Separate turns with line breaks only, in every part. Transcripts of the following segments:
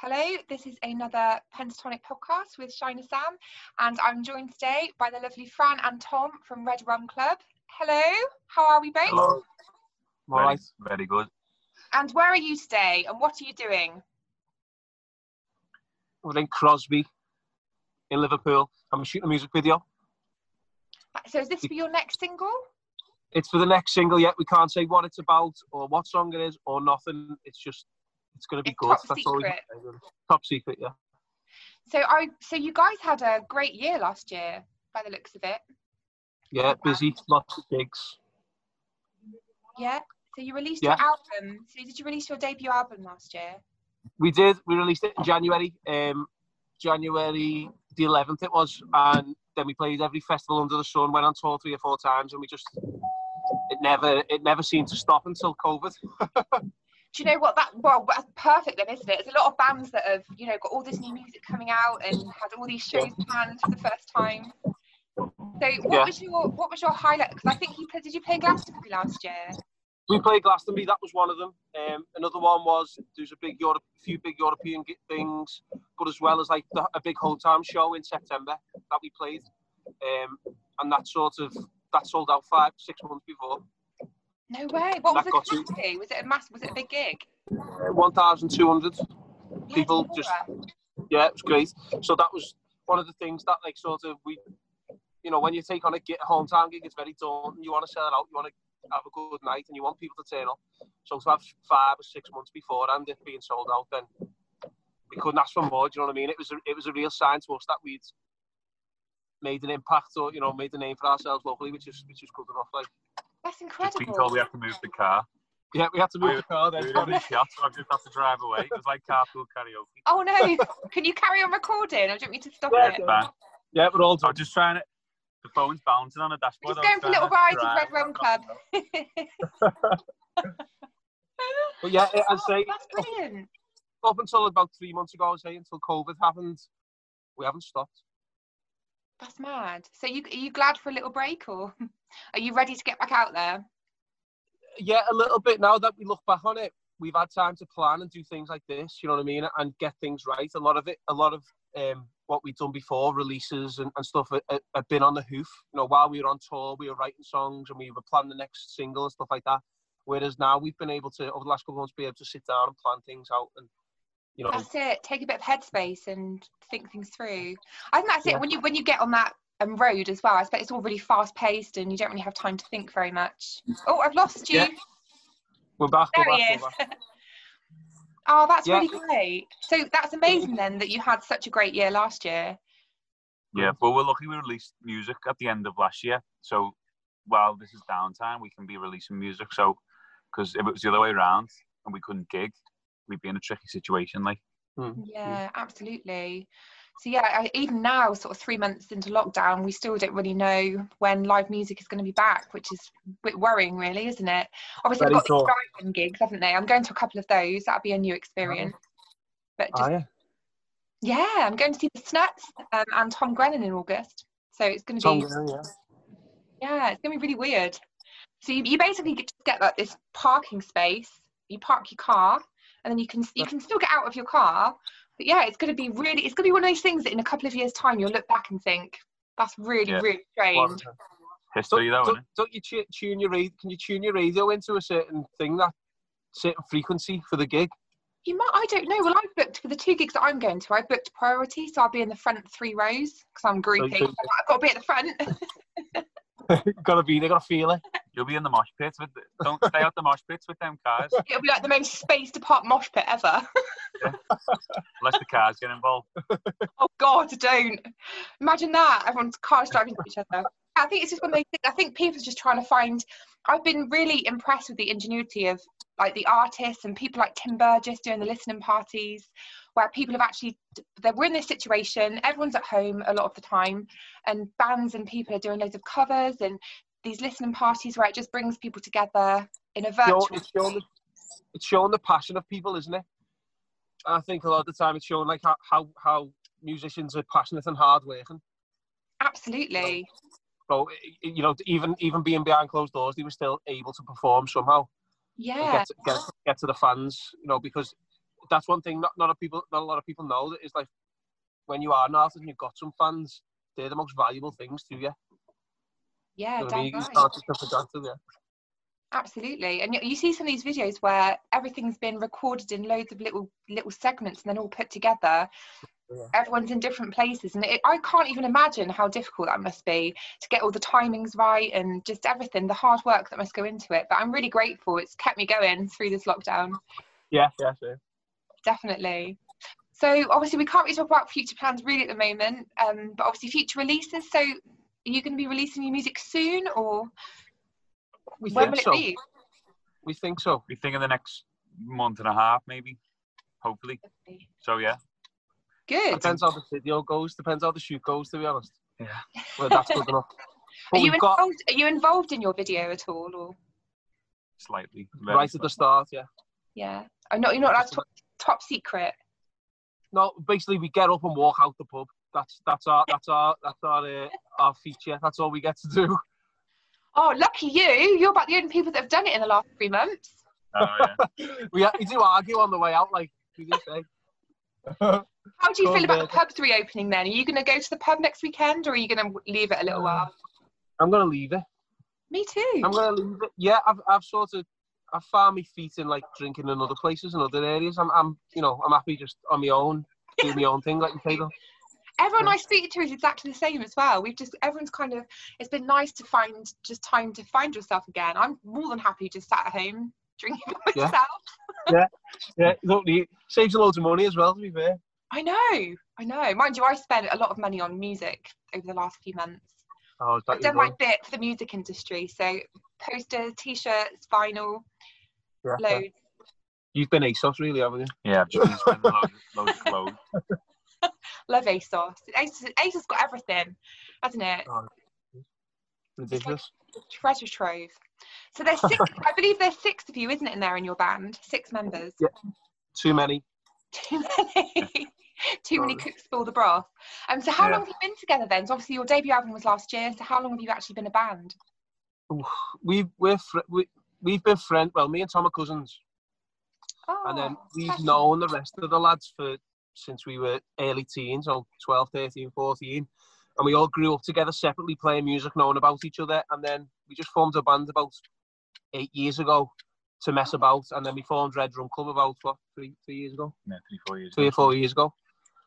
Hello, this is another Pentatonic podcast with Shina Sam, and I'm joined today by the lovely Fran and Tom from Red Rum Club. Hello, how are we both?
Hello. All
Very,
right.
very good.
And where are you today, and what are you doing?
We're in Crosby, in Liverpool. I'm shooting a music video.
So, is this for your next single?
It's for the next single yet. We can't say what it's about or what song it is or nothing. It's just, it's going to be
It's
good.
top
all we can
secret.
say, really. Top secret, yeah.
So, I so you guys had a great year last year, by the looks of it.
Yeah, busy, lots of gigs.
Yeah. So you released your
Yeah.
album. So did you release your debut album last year?
We did. We released it in January, um, January the 11th it was, and then we played every festival under the sun. Went on tour three or four times, and we just it never it never seemed to stop until COVID.
do you know what that well that's perfect then isn't it there's a lot of bands that have you know got all this new music coming out and had all these shows planned for the first time so what
Yeah.
was your what was your highlight because i think you played did you play glastonbury last year
we played Glastonbury. That was one of them. Um, another one was there's a big Europe, few big European gi- things, but as well as like the, a big whole time show in September that we played, um, and that sort of that sold out five six months before.
no way what was
That
the
got you.
capacity was it a mass was it a big gig
Uh, One thousand two hundred.
Bloody
People
hell,
just-
right.
Yeah, it was great. So that was one of the things that like sort of we, you know, when you take on a gi- hometown gig, it's very daunting. You want to sell it out. You want to have a good night, and you want people to turn up. So to have five or six months before and it being sold out, then we couldn't ask for more. Do you know what I mean? It was a, it was a real sign to us that we'd made an impact or you know made a name for ourselves locally, which is which is good enough. Like
that's
Just been told
incredible
we have to move the car.
yeah, we had to move the car then.
We were in chat, so I've just had to drive away. It was like carpool karaoke.
oh no can you carry on recording i don't mean to stop
Yeah,
it
Bang.
Yeah, we're all
So
done.
I'm just trying to. The phone's bouncing on the dashboard.
Just going for little rides with Red Rum Club.
But yeah, I'd say
that's brilliant
up until about three months ago, I was saying, until COVID happened, we haven't stopped.
that's mad so you are you glad for a little break or are you ready to get back out there
Yeah, a little bit now that we look back on it, we've had time to plan and do things like this, you know what I mean, and get things right. A lot of it, a lot of um, what we've done before, releases and, and stuff, ha- ha- have been on the hoof. You know, while we were on tour, we were writing songs and we were planning the next single and stuff like that. Whereas now we've been able to, over the last couple of months, be able to sit down and plan things out and, you know,
That's it. Take a bit of headspace and think things through. I think that's
Yeah.
it. When you when you get on that um, road as well, I expect it's all really fast paced and you don't really have time to think very much. Oh, I've lost you.
Yeah, we're back, we're
there he
back,
is.
we're back.
oh, that's
Yeah.
really great. So that's amazing then that you had such a great year last year.
Yeah, but we're lucky we released music at the end of last year. So while this is downtime, we can be releasing music. So, because if it was the other way around and we couldn't gig, we'd be in a tricky situation. Like,
Mm.
Yeah, absolutely. So yeah, I, even now, sort of three months into lockdown, we still don't really know when live music is going to be back, which is a bit worrying, really, isn't it? Obviously,
Very
they've got
sure.
these driving gigs, haven't they? I'm going to a couple of those. That'll be a new experience. But just
Ah, yeah.
yeah, I'm going to see the Snuts um, and Tom Grennan in August. So it's going to
Tom,
be
yeah.
yeah, it's going to be really weird. So you, you basically get, just get like this parking space. You park your car, and then you can you can still get out of your car. But yeah, it's going to be really it's going to be one of those things that in a couple of years' time you'll look back and think that's really
Yeah.
really
Well,
strange.
history, though,
don't,
innit?
don't you tu- tune your radio? Can you tune your radio into a certain thing that certain frequency for the gig?
You might I don't know. Well, I've booked for the two gigs that I'm going to. I have booked priority, so I'll be in the front three rows because I'm grouping. so
so-
I've got to be at the front.
gotta be there, gotta feel it.
You'll be in the mosh pits. With, don't stay out the mosh pits with them cars
It'll be like the most spaced apart mosh pit ever.
unless the cars get involved.
Oh God, don't imagine that. Everyone's cars driving to each other. I think it's just one of those things. I think people are just trying to find. I've been really impressed with the ingenuity of like the artists and people like Tim Burgess doing the listening parties, where people have actually they we're in this situation. Everyone's at home a lot of the time, and bands and people are doing loads of covers and these listening parties where it just brings people together in a virtual.
Show- it's showing the, it's showing the passion of people, isn't it? And I think a lot of the time it's showing like how how, how musicians are passionate and hard working.
Absolutely.
So i- i- you know, even even being behind closed doors, they were still able to perform somehow. and
Yeah.
Get, to, get, get to the fans, you know, because that's one thing not, not a people not a lot of people know that is like when you are an artist and you've got some fans, they're the most valuable things to you.
Yeah,
You know what I
damn
mean? You
right.
start to come for granted, yeah.
Absolutely, and you, you see some of these videos where everything's been recorded in loads of little little segments and then all put together.
Yeah.
Everyone's in different places, and it, I can't even imagine how difficult that must be to get all the timings right and just everything, the hard work that must go into it. But I'm really grateful; it's kept me going through this lockdown,
Yeah, yeah, sure.
definitely. So obviously, we can't really talk about future plans really at the moment, um, but obviously future releases. So, are you going to be releasing your music soon, or
We
when
think
will
so.
it be?
We think so.
We think in the next month and a half, maybe, hopefully. So yeah,
Good.
Depends how the video goes, depends how the shoot goes, to be honest.
Yeah.
Whether that's good enough.
Are
But
you,
we've got
involved, are you involved in your video at all, or
slightly. very
right at
slightly.
the start, yeah.
yeah? I'm not. You're not allowed to top, top secret.
No, basically we get up and walk out the pub. That's that's our that's our that's our uh, our feature. That's all we get to do.
Oh, lucky you! You're about the only people that have done it in the last three months.
Oh yeah.
We, we do argue on the way out, like you do say.
How do you
Cool,
feel about the
man.
pubs reopening then? Are you going to go to the pub next weekend, or are you going to leave it a little while?
I'm gonna leave it.
Me too.
I'm gonna leave it. Yeah, I've I've sort of I've found my feet in like drinking in other places and other areas. I'm I'm you know I'm happy just on my own, doing my own thing like you say. though.
Everyone I speak to is exactly the same as well. We've just everyone's kind of. It's been nice to find just time to find yourself again. I'm more than happy just sat at home drinking by
Yeah.
myself.
Yeah, you don't need saves you loads of money as well. To be fair.
I know, I know. Mind you, I spent a lot of money on music over the last few months.
Oh, is that
I've
your
done my
one?
bit for the music industry. So posters, t-shirts, vinyl,
Yeah, yeah.
loads.
You've been ASOS really, haven't you?
Yeah, I've just been spending loads, loads of clothes.
Love ASOS. ASOS, ASOS got everything, hasn't it?
Ridiculous.
Treasure trove. So there's six. I believe there's six of you, isn't it, in there in your band? Six members.
Yeah. Too many.
Too many. Too many
Right.
cooks spoil the broth. Um, so how
Yeah.
long have you been together then? So obviously your debut album was last year. So how long have you actually been a band?
We've we're fr- we we've been friends. Well, me and Tom are cousins,
Oh,
and then we've
special.
known um, the rest of the lads for since we were early teens, so 12, 13, 14. And we all grew up together separately, playing music, knowing about each other. And then we just formed a band about eight years ago to mess about. And then we formed Red Drum Club about, what, three, three years ago?
Yeah, three, four years.
Three or
ago.
four years ago.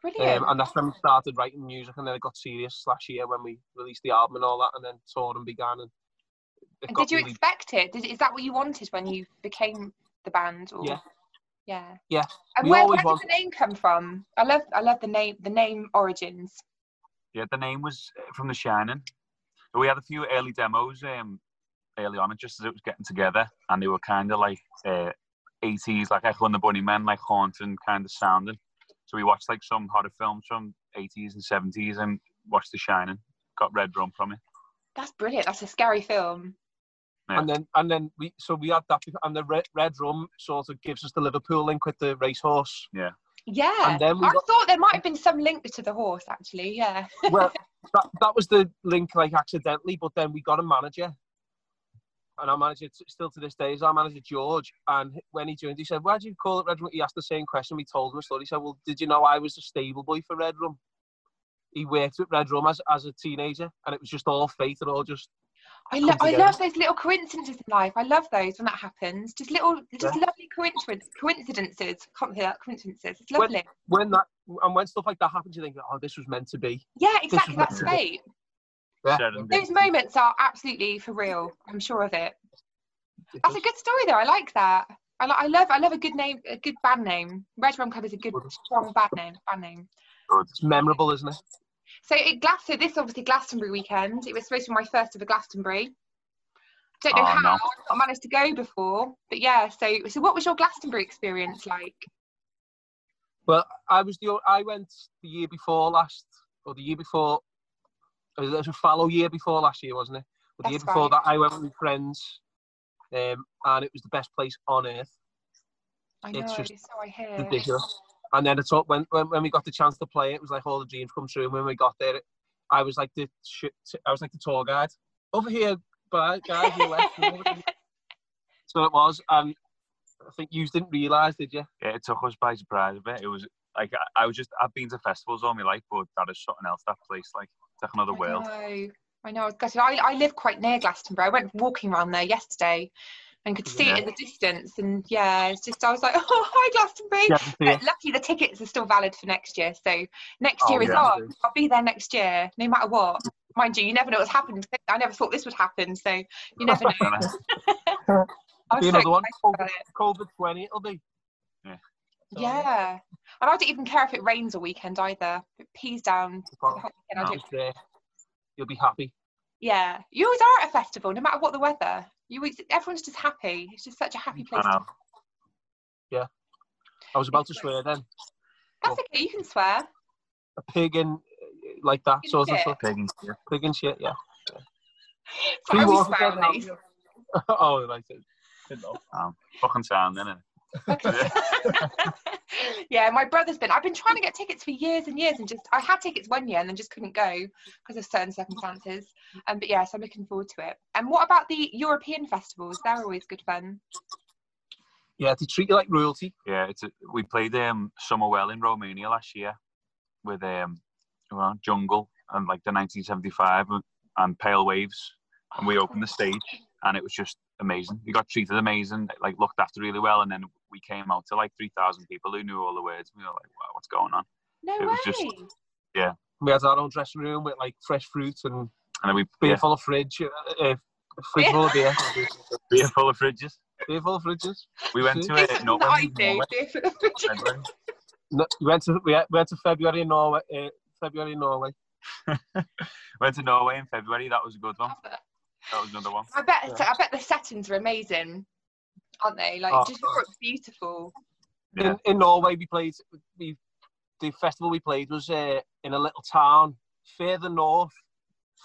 Brilliant.
Um, and that's when we started writing music, and then it got serious last year when we released the album and all that, and then touring began. And, it
And
got
did you
really-
expect it? Did, is that what you wanted when you became the band? Or?
Yeah.
Yeah.
Yeah.
And
We
where,
always
where did
want-
the name come from? I love I love the name the name origins.
Yeah, the name was uh, from The Shining. So we had a few early demos um, early on, just as it was getting together, and they were kind of like uh, 80s, like Echo and the Bunny Men, like haunting kind of sounding. So we watched like some horror films from 80s and 70s and watched The Shining. Got Red Drum from it.
That's brilliant. That's a scary film.
Yeah.
And then and then we so we had that, and the Red, Red Rum sort of gives us the Liverpool link with the racehorse.
Yeah.
And then we
I
got-
thought there might have been some link to the horse actually. Yeah.
well, that, that was the link like accidentally, but then we got a manager, and our manager t- still to this day is our manager George. And h- when he joined, he said, "Why do you call it Red Room?" He asked the same question. We told him a story. He said, "Well, did you know I was the stable boy for Red Room?" He worked at Red Room as, as a teenager, and it was just all fate and all just
I love I
together.
love those little coincidences in life. I love those when that happens. Just little just lovely coincidence coincidences. Can't hear that coincidences. It's
Well-
lovely.
when that and when stuff like that happens, you think, "Oh, this was meant to be."
yeah, exactly.
is
That's
amazing.
fate.
Yeah.
Serendipity.
Those moments are absolutely for real. I'm sure of it. That's a good story though. I like that. I, li- I love I love a good name a good band name. Red Rum Club is a good strong band name band name.
Good.
It's memorable, isn't it?
So it Glas- so this obviously Glastonbury weekend. It was supposed to be my first ever Glastonbury. Don't know
Oh,
how
no.
I managed to go before, but yeah. So so what was your Glastonbury experience like?
Well, I was the o- I went the year before last, or the year before. It was- it was a fallow year before last year, wasn't it? But the year
That's
before
right.
that, I went with friends, um, and it was the best place on earth.
I know,
It's
so
just
I hear.
Ridiculous. And then it's all, when, when when we got the chance to play, it was like all the dreams come true. And when we got there, it, I was like the sh- I was like the tour guide over here, but guy who left. so it was, and I think you didn't realise, did you?
Yeah, it took us by surprise a bit. It was like I, I was just I've been to festivals all my life, but that is something else. That place, like, it's like another
I
world.
know. I know. I was gutted. I, I live quite near Glastonbury. I went walking around there yesterday and could see
Yeah.
it in the distance. And yeah, it's just I was like, oh, hi Glastonbury.
Yeah, I can see
But lucky the tickets are still valid for next year. So next
Oh,
year is
yeah.
on. I'll be there next year, no matter what. Mind you, you never know what's happened. I never thought this would happen. So you never know.
And I-
I was
Be
so
another one.
excited
Oh,
about it.
COVID 20, it'll be.
Yeah.
So,
Yeah. And I don't even care if it rains all weekend either. If it pees down
it's
the
fine.
whole weekend. I
No.
don't.
It's there. You'll be happy.
Yeah. You always are at a festival, no matter what the weather. You always, everyone's just happy. It's just such a happy place.
I
to
know.
I was about to swear then.
That's okay. You can swear.
A pig and uh, like that
Pig
sort of
shit.
stuff.
Pagan shit.
Pig and shit, yeah.
So I
Three
always
walkers
swear
down
on
the
these.
oh, right. it- Good enough.
Um, fucking sound, innit?
Okay. yeah, my brother's been. I've been trying to get tickets for years and years, and just I had tickets one year and then just couldn't go because of certain circumstances. Um, but yes, I'm looking forward to it. And what about the European festivals? They're always good fun.
Yeah, they treat you like royalty.
Yeah, it's a, we played um Summerwell in Romania last year with um who were on? Jungle and like the 1975 and, and Pale Waves, and we opened
Oh,
the stage and it was just amazing. We got treated amazing, like looked after really well, and then we came out to like 3,000 people who knew all the words. We were like, wow, what's going on?
No
It
way.
was just-
We had our own dressing room with like fresh fruit and
And then we
beer
yeah,
full of fridge, uh, uh, fridge full of beer,
beer full of fridges.
beer full of fridges.
We went to
Do
it.
something that I do. Do-
No, we went to we had- we went to February in Norway. Uh, February in Norway.
Went to Norway in February. That was a good one. That was another one.
I bet. I bet the settings are amazing, aren't they? Like
Oh,
just
God.
beautiful.
Yeah.
In, in Norway, we played. We the festival we played was uh, in a little town further north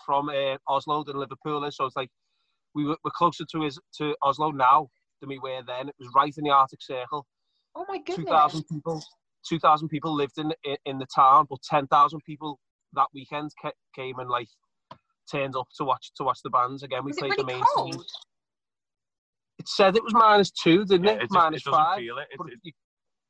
from uh, Oslo than Liverpool is. So it's like we were we're closer to his to Oslo now than we were then. It was right in the Arctic Circle.
Oh my
Two
goodness.
thousand people. Two thousand people lived in, in in the town, but ten thousand people that weekend ca- came and like turned up to watch to watch the bands again. We
Was it
played the
really
main stage.
cold?
It said it was minus two, didn't
Yeah,
it?
it, just,
minus
it doesn't
five.
feel it. It,
But
it.
you-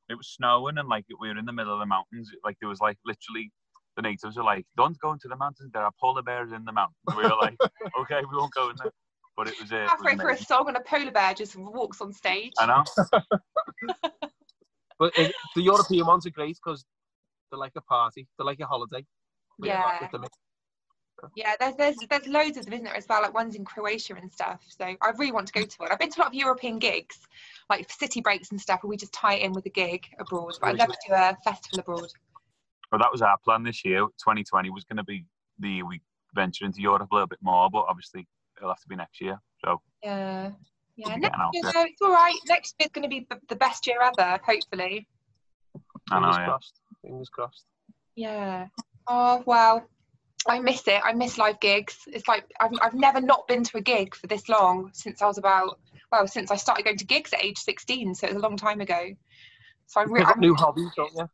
it was snowing and like we were in the middle of the mountains. Like there was like literally the natives were like, "Don't go into the mountains. There are polar bears in the mountains." We were like, "Okay, we won't go in there." But it was, uh, it
Halfway
was
through a
amazing.
song and a polar bear just walks on stage.
I know.
but it, the European ones are great because they're like a party, they're like a holiday. with-
Yeah.
with the mix.
Yeah, there's there's there's loads of them, isn't there, as well? Like ones in Croatia and stuff. So I really want to go to one. I've been to a lot of European gigs, like city breaks and stuff, where we just tie it in with a gig abroad. But I'd love to do a festival abroad.
But that was our plan this year. 2020 was going to be the year we venture into Europe a little bit more, but obviously it'll have to be next year. So
Yeah.
We'll
Yeah, next
be getting out
year,
there.
though, it's all right. Next year's going to be the- the best year ever, hopefully.
I know.
Fingers
Yeah.
crossed. Fingers crossed.
Yeah. Oh well, I miss it. I miss live gigs. It's like I've I've never not been to a gig for this long since I was about well since I started going to gigs at age sixteen. So it was a long time ago. So I'm,
You
re-
pick up
I'm
new hobbies, don't you?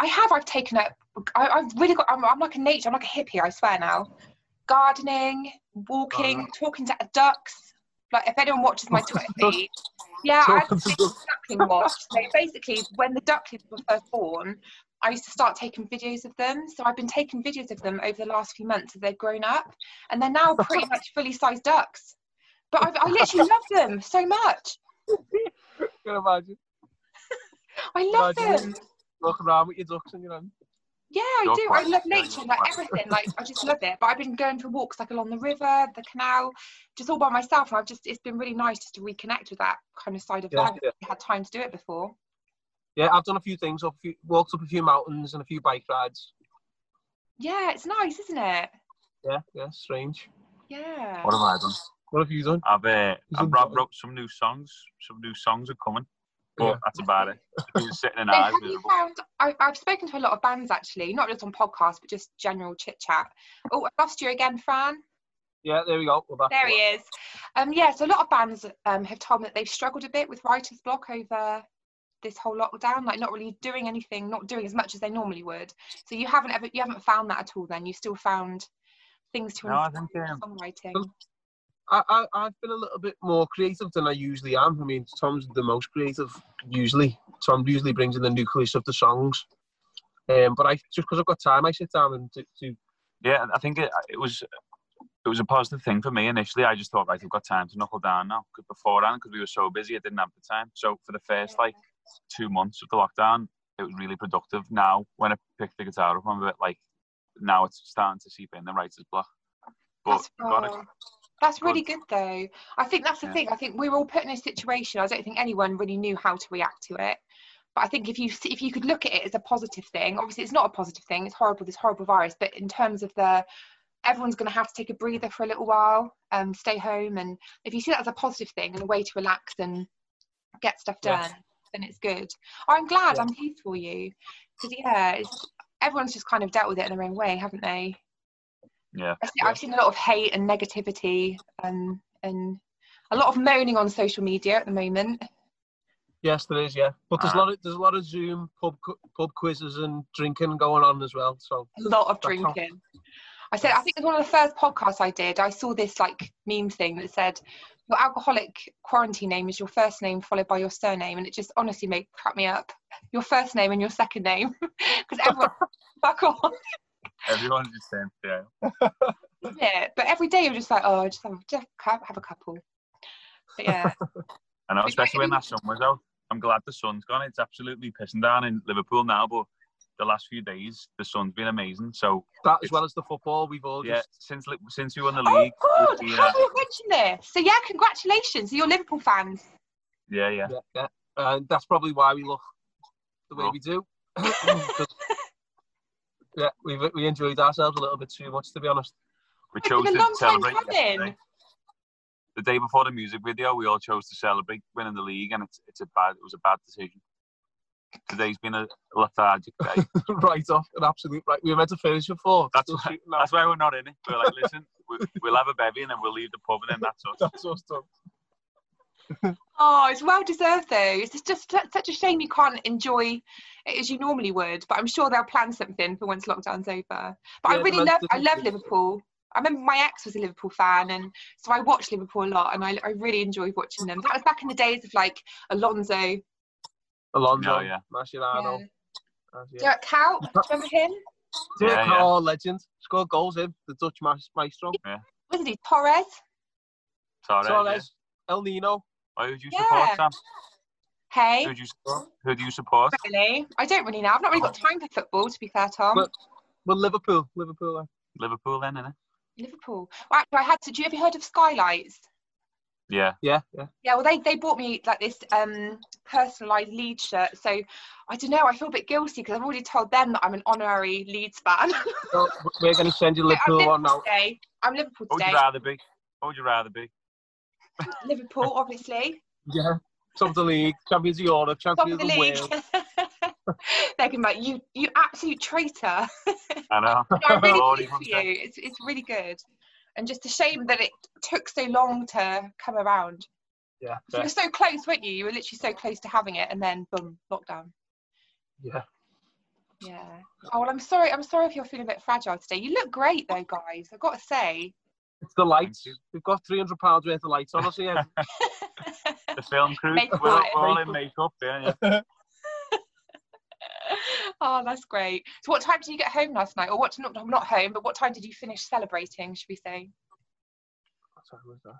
I have. I've taken up. I, I've really got. I'm, I'm like a nature. I'm like a hippie. I swear now. Gardening, walking, talking to ducks. Like if anyone watches my Twitter feed, yeah, I had
Talking
this
to
big
ducks.
duckling watch. So basically, when the ducklings were first born, I used to start taking videos of them. So I've been taking videos of them over the last few months as they've grown up, and they're now pretty much fully sized ducks. But I've, I literally love them so much.
Can you imagine?
I love
Imagine.
them.
Walking around with your ducks and your hand.
Yeah, I
You're
do. I
quite-
love
yeah, you're
nature, like
quite-
everything. Like I just love it. But I've been going for walks like along the river, the canal, just all by myself. And I've just it's been really nice just to reconnect with that kind of side of
Yeah,
life.
yeah.
I had time to do it before.
Yeah, I've done a few things. Up, a few, walked up a few mountains and a few bike rides.
Yeah, it's nice, isn't it?
Yeah, yeah, strange.
Yeah.
What have I done?
What have you done?
I've uh,
He's
I've, I've
enjoying-
wrote some new songs. Some new songs are coming, but
Yeah.
that's about it. Just sitting in
So
ours.
have you found? I, I've spoken to a lot of bands actually, not just on podcasts, but just general chit chat. Oh, I lost you again, Fran.
Yeah, there we go. We're back.
There he is. Um, yeah, so a lot of bands um, have told me that they've struggled a bit with writer's block over this whole lockdown, like not really doing anything, not doing as much as they normally would. So you haven't ever, you haven't found that at all. Then you still found things to
No, I
inspire
think, um,
songwriting.
I, I, I've been a little bit more creative than I usually am. I mean, Tom's the most creative usually. Tom usually brings in the nucleus of the songs. Um, but I just because I've got time, I sit down and do, do
Yeah, I think it, it was it was a positive thing for me initially. I just thought, right, I've got time to knuckle down now. Because beforehand, because we were so busy, I didn't have the time. So for the first like two months of the lockdown, it was really productive. Now, when I picked the guitar up, I'm a bit like, now it's starting to seep in the writer's block. But
That's,
God, I-
oh, that's
God.
really good, though. I think that's the
Yeah.
thing. I think we were all put in a situation. I don't think anyone really knew how to react to it. But I think if you s- if you could look at it as a positive thing, obviously it's not a positive thing. It's horrible, this horrible virus. But in terms of the everyone's going to have to take a breather for a little while, um, stay home, and if you see that as a positive thing and a way to relax and get stuff done,
Yes.
then it's good. I'm glad.
Yeah.
I'm pleased for you because yeah, it's, everyone's just kind of dealt with it in their own way, haven't they?
yeah,
I see, I've seen a lot of hate and negativity um, and a lot of moaning on social media at the moment.
Yes, there is. Yeah, but there's a
Ah.
lot of there's a lot of Zoom pub qu- pub quizzes and drinking going on as well.
A
So
lot of
That's all.
drinking. I said, I think it was one of the first podcasts I did. I saw this like meme thing that said, "Your alcoholic quarantine name is your first name followed by your surname," and it just honestly made crap me up. Your first name and your second name, because everyone fuck off.
everyone's just saying, yeah.
Yeah, but every day you're just like, oh, just have, just have have a couple. But yeah,
I know,
Like,
especially
like,
when that sun was out. I'm glad the sun's gone. It's absolutely pissing down in Liverpool now, but the last few days the sun's been amazing. So
that as
It's-
well as the football, we've all
yeah,
just
since li- since we won the
Oh
league, uh,
God!
we-
How
uh,
yeah,
do you mention this? So yeah, congratulations. So you're Liverpool fans.
yeah, yeah.
yeah, yeah. and that's probably why we look the way
Look.
we do. 'Cause- yeah, we we enjoyed ourselves a little bit too much to be honest.
We
It's
chose
been a
to
long time
celebrate.
coming.
yesterday. The day before the music video, we all chose to celebrate winning the league, and it's it's a bad it was a bad decision. Today's been a lethargic day.
right off, an absolute right. We were meant to finish at four.
That's
Still
why-
shooting now.
That's why we're not in it. We're like, listen, we, we'll have a bevy and then we'll leave the pub, and then that's us.
That's us done.
Oh, it's well deserved though. It's just- just su- such a shame you can't enjoy it as you normally would. But I'm sure they'll plan something for once lockdown's over. But I
Yeah,
really
the
love
most
I love
difficult-
Liverpool. I remember my ex was a Liverpool fan, and so I watched Liverpool a lot, and I, I really enjoyed watching them. That was back in the days of like Alonso,
Alonso,
No, yeah.
Mascherano.
yeah.
uh, yeah.
Derek Cow. Do you remember him?
Dirk
Yeah, yeah.
Kuyt, legend. Scored goals in the Dutch mas- maestro.
Wasn't he Torres?
Sorry.
Torres, El Nino.
Yeah. Who would you
Yeah.
support, Sam?
Hey,
Who do you support? Who do you support?
really? I don't really know. I've not really got time for football, to be fair, Tom.
Well- Well, Liverpool, Liverpool. uh,
Liverpool, then, innit?
Liverpool. Well, actually, I had to. Do you have you heard of Skylights?
Yeah.
Yeah, yeah.
Yeah, well, they, they bought me like this um, personalised lead shirt. So I don't know, I feel a bit guilty because I've already told them that I'm an honorary Leeds fan.
Well, we're going to send you
I'm
Liverpool one
Liverpool
now.
today. I'm Liverpool
What would
today.
you rather be? What would you rather be?
Liverpool, obviously.
Yeah. Top of the league, champions of Europe,
Top
champions
of
of,
the league.
Wales.
They're going to be like, you, you absolute traitor.
I know.
I really
Lordy,
pleased for
what's
you. It's, it's really good. And just a shame that it took so long to come around.
Yeah,
You
yeah,
were so close, weren't you? You were literally so close to having it, and then boom, lockdown.
yeah.
Yeah. Oh well, I'm sorry. I'm sorry if you're feeling a bit fragile today. You look great though, guys. I've got to say.
It's the lights.
you.
We've got three hundred pounds worth of lights on us here.
The film crew.
Make
We're all,
five.
we're all in makeup. Yeah, yeah.
oh, that's great. So, what time did you get home last night? Or what? Not not home, but what time did you finish celebrating? Should we say?
What time was that?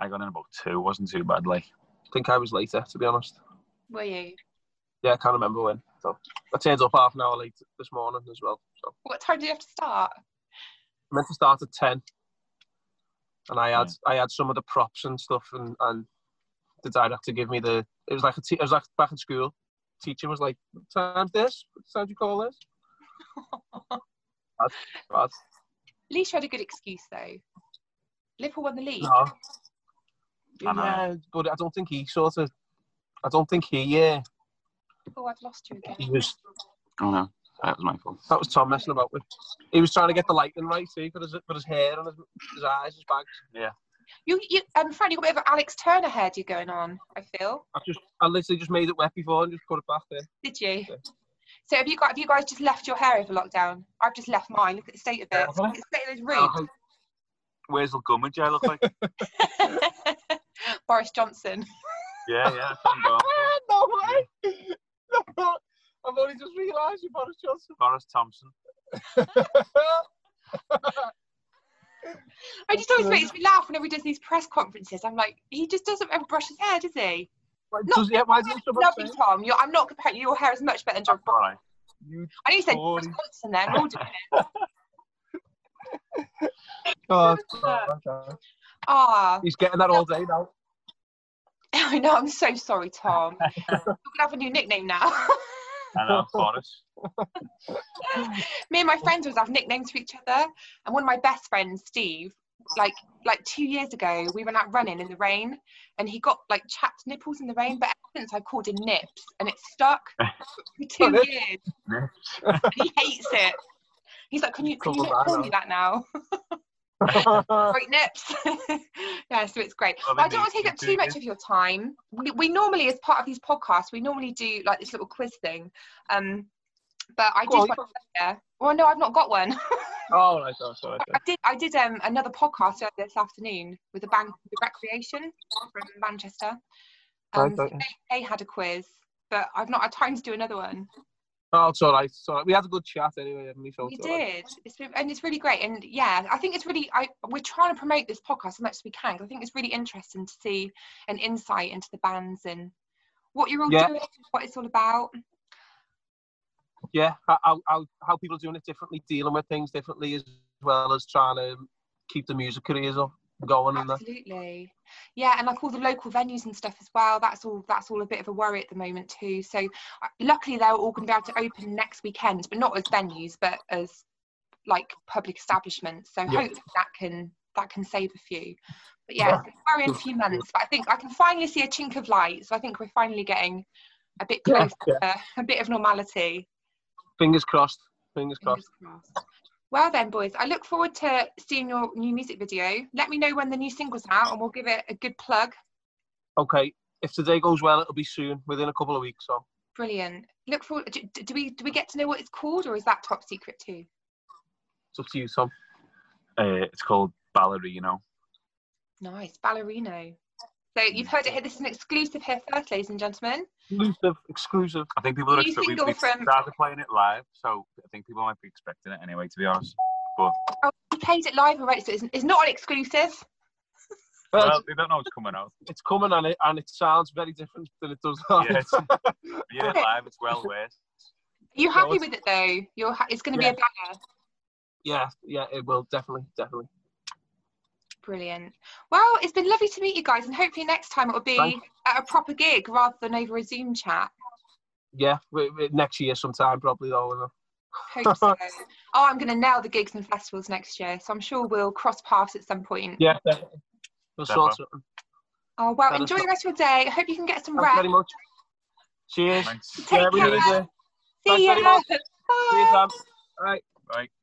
I
I got in about two. wasn't too bad. Like,
think I was later, to be honest.
Were you?
Yeah, I can't remember when. So I turned up half an hour late this morning as well. So
What time did you have to start?
I meant to start at ten, and I had I had some of the props and stuff, and and the director gave me the. It was like a te- it was like back in school. Teacher was like, "What "Time's this? What time do you call this?" That's, that's,
At least you had a good excuse though. Liverpool won the league.
no.
I know.
Yeah, but I don't think he sort of. I don't think he. Yeah,
Oh, I've lost you again.
he was.
oh no, that was my fault.
That was Tom messing about with. He was trying to get the lightning right too for his for his hair and his, his eyes, his bags.
You, you, um, Fran, you got a bit of an Alex Turner hairdo going on. I feel.
I just, I literally just made it wet before and just put it back there.
Did you?
Yeah.
So have you got? Have you guys just left your hair over lockdown? I've just left mine. Look at the state of
Yeah,
it.
I've left-
The state of it's
I
rude.
hope-
Where's the Gummidge I look like?
Boris Johnson.
yeah, yeah. I think, uh,
no way. No, I've only just realised you Boris Johnson.
Boris Thompson.
I just always makes me laugh whenever he does these press conferences. I'm like, he just doesn't ever brush his hair, does he?
Why
No,
does- yeah, why does someone
Love
say-
you, Tom. You're, I'm not comparing. Your hair is much better than John.
All right.
You
I need to say Boris
Tory.
Johnson then. we're all doing it.
God, God, God.
Ah,
He's getting that all day now.
I know. I'm so sorry, Tom. You're gonna have a new nickname now.
I know, Boris.
me and my friends always have nicknames for each other. And one of my best friends, Steve, like like two years ago, we went out running in the rain, and he got like chapped nipples in the rain. But ever since I called him Nips, and it stuck for two
Nips.
years.
Oh, Nips.
And he hates it. He's like, can you can you
Cool,
not call
man.
me that now? Great nips. yeah, so it's great.
Well,
But I
then
don't want to
you-
take up
you
too
do
much
it.
of your time. We, we normally, as part of these podcasts, we normally do like this little quiz thing. Um, but I did.
Go on,
want to yeah. Well, no, I've not got one.
Oh, right, oh, sorry.
I did. I did um, another podcast earlier this afternoon with the bank the recreation from Manchester. Um,
Right, right, yeah.
They had a quiz, but I've not had time to do another one.
Oh, it's all right. It's all right. We had a good chat anyway, didn't we? So
We
it's all right.
did. It's been, and it's really great. And yeah, I think it's really. I we're trying to promote this podcast as much as we can. 'cause I think it's really interesting to see an insight into the bands and what you're all
Yeah.
doing, what it's all about.
Yeah, how- how, how, how people are doing it differently, dealing with things differently, as well as trying to keep the music careers up going and that.
Absolutely. Yeah, and like all the local venues and stuff as well. That's all. That's all a bit of a worry at the moment too. So uh, luckily they're all going to be able to open next weekend, but not as venues, but as like public establishments. So
Yeah.
hopefully that can that can save a few. But yeah, it's been a worrying few months. But I think I can finally see a chink of light. So I think we're finally getting a bit
Yeah,
closer, a bit of normality.
Fingers crossed. Fingers crossed.
Fingers crossed. Well then, boys, I look forward to seeing your new music video. Let me know when the new single's out, and we'll give it a good plug.
Okay, if today goes well, it'll be soon, within a couple of weeks. So
Brilliant. Look forward. Do, do we do we get to know what it's called, or is that top secret too?
it's up to you, Tom.
Uh, it's called Ballerino.
Nice, Ballerino. So you've heard it here. This is an exclusive here first, ladies and gentlemen.
Exclusive. Exclusive.
I think people are
New
expect- we,
single
we
from-
started playing it live, so I think people might be expecting it anyway. To be honest,
We played it live already, so it's, it's not an exclusive.
Well,
well, they don't know what's coming out.
it's coming on it, and it sounds very different than it does. live.
Yeah, it's, yeah, live. It's well worth.
Are you happy
it's-
with it though? You're ha- it's going to
Yeah.
be a banger.
yeah, yeah, it will definitely, definitely.
Brilliant. Well, it's been lovely to meet you guys, and hopefully next time it'll be
Thank
at a proper gig rather than over a Zoom chat.
Yeah, we, we- next year sometime probably though. isn't it?
Hope so. oh, I'm going to nail the gigs and festivals next year, so I'm sure we'll cross paths at some point.
Yeah, definitely. We'll
Definitely.
sort something.
Oh, well,
That is
enjoy
not-
the rest of your day. I hope you can get some
Thanks
rest.
very much. Cheers.
Thanks.
Take
yeah, we
care.
did it.
See
Thanks
ya.
very much. See you,
Bye.
Sam. All right.
Right.